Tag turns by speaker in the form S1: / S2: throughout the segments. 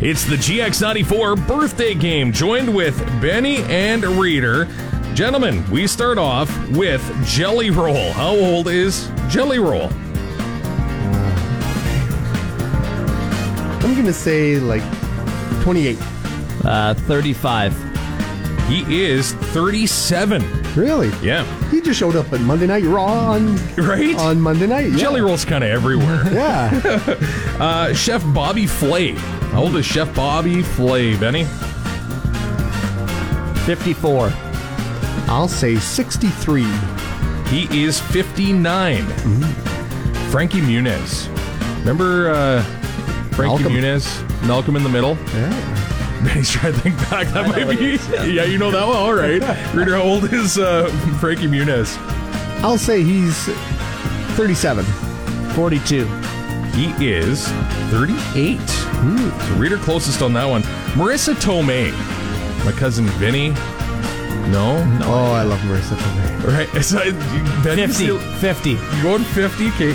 S1: It's the GX94 birthday game, joined with Benny and Reader. Gentlemen, we start off with Jelly Roll. How old is Jelly Roll?
S2: I'm gonna say like 28.
S3: Uh, 35.
S1: He is 37.
S2: Really?
S1: Yeah,
S2: He just showed up at Monday Night Raw on
S1: right?
S2: on Monday night. Oh, Yeah.
S1: Jelly Roll's kind of everywhere.
S2: Yeah.
S1: Uh, Chef Bobby Flay. How old is Chef Bobby Flay, Benny?
S3: 54.
S2: I'll say 63.
S1: He is 59.
S2: Mm-hmm.
S1: Frankie Muniz. Remember uh, Frankie
S2: Malcolm.
S1: Muniz? Malcolm in the Middle?
S2: Yeah.
S1: He's trying to think back. That might be. yeah. you know that one. All right. Reader, how old is uh, Frankie Muniz?
S2: I'll say he's 37.
S3: 42.
S1: He is 38. So reader closest on that one. Marissa Tomei. My cousin Vinny. No?
S2: Oh, I love Marissa Tomei.
S1: Right. So, Vinny's
S3: 50.
S1: still-
S3: 50.
S1: Going 50. Okay.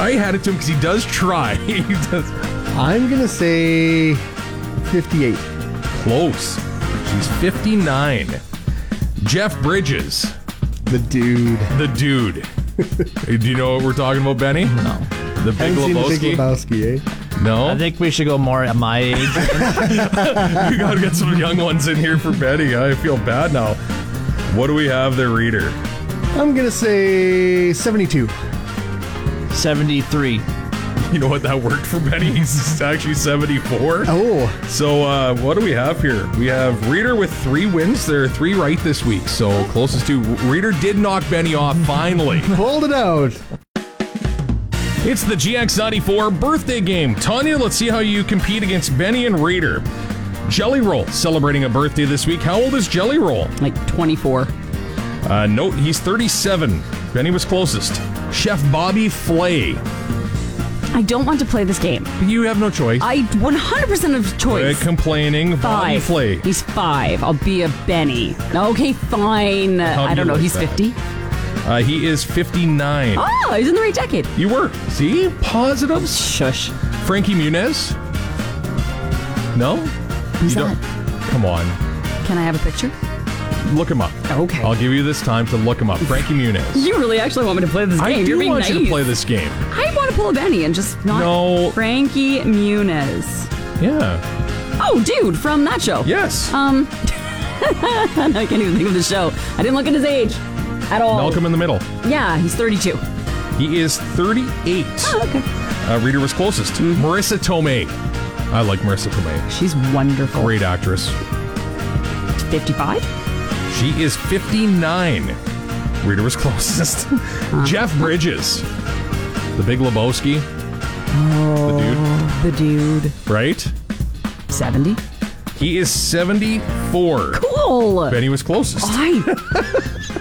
S1: I had it to him because he does try. he does.
S2: I'm gonna say 58.
S1: Close. She's 59. Jeff Bridges,
S2: The dude.
S1: the dude. Do you know what we're talking about, Benny?
S3: No.
S1: The Big
S2: Haven't seen the Big
S1: Lebowski?
S2: Lebowski, eh?
S1: no.
S3: I think we should go more at my age.
S1: we gotta get some young ones in here for Benny. I feel bad now. What do we have there, reader?
S2: I'm gonna say 72.
S3: 73.
S1: You know what? That worked for Benny. He's actually 74.
S2: Oh,
S1: So, uh, what do we have here? We have Reader with three wins. There are three right this week. So, closest to Reader did knock Benny off finally.
S2: pulled it out.
S1: It's the GX94 birthday game. Tanya, let's see how you compete against Benny and Reader. Jelly Roll celebrating a birthday this week. How old is Jelly Roll?
S4: Like 24.
S1: Uh, note he's 37. Benny was closest. Chef Bobby Flay.
S4: I don't want to play this game.
S1: You have no choice.
S4: I 100% of
S1: Uh,
S4: choice.
S1: complaining. Bobby
S4: Five.
S1: Flay.
S4: He's five. I'll be a Benny. Okay, fine.
S1: How do
S4: I
S1: you
S4: don't know.
S1: like
S4: He's
S1: that?
S4: 50.
S1: Uh, he is 59.
S4: Oh, he's in the right decade.
S1: You were. See? Positives.
S4: Shush.
S1: Frankie Muniz? No?
S4: Who's
S1: you
S4: that?
S1: don't. Come on.
S4: Can I have a picture?
S1: Look him up.
S4: Okay.
S1: I'll give you this time to look him up. Frankie Muniz.
S4: You really actually want me to play this game?
S1: I
S4: You're
S1: do
S4: being
S1: want
S4: naive.
S1: you to play this game.
S4: I want to pull a Benny and just not
S1: No.
S4: Frankie Muniz.
S1: Yeah.
S4: Oh, dude, from that show.
S1: Yes.
S4: Um, I can't even think of the show. I didn't look at his age at all.
S1: Malcolm in the Middle.
S4: Yeah, he's 32.
S1: He is 38.
S4: Oh, okay.
S1: Uh, reader was closest. Marissa Tomei. I like Marissa Tomei.
S4: She's wonderful.
S1: Great actress.
S4: 55?
S1: She is 59. Reader was closest.
S4: Uh-huh.
S1: Jeff Bridges. The Big Lebowski. The
S4: The dude.
S1: dude. Right?
S4: 70?
S1: He is 74.
S4: Cool.
S1: Benny was closest.
S4: I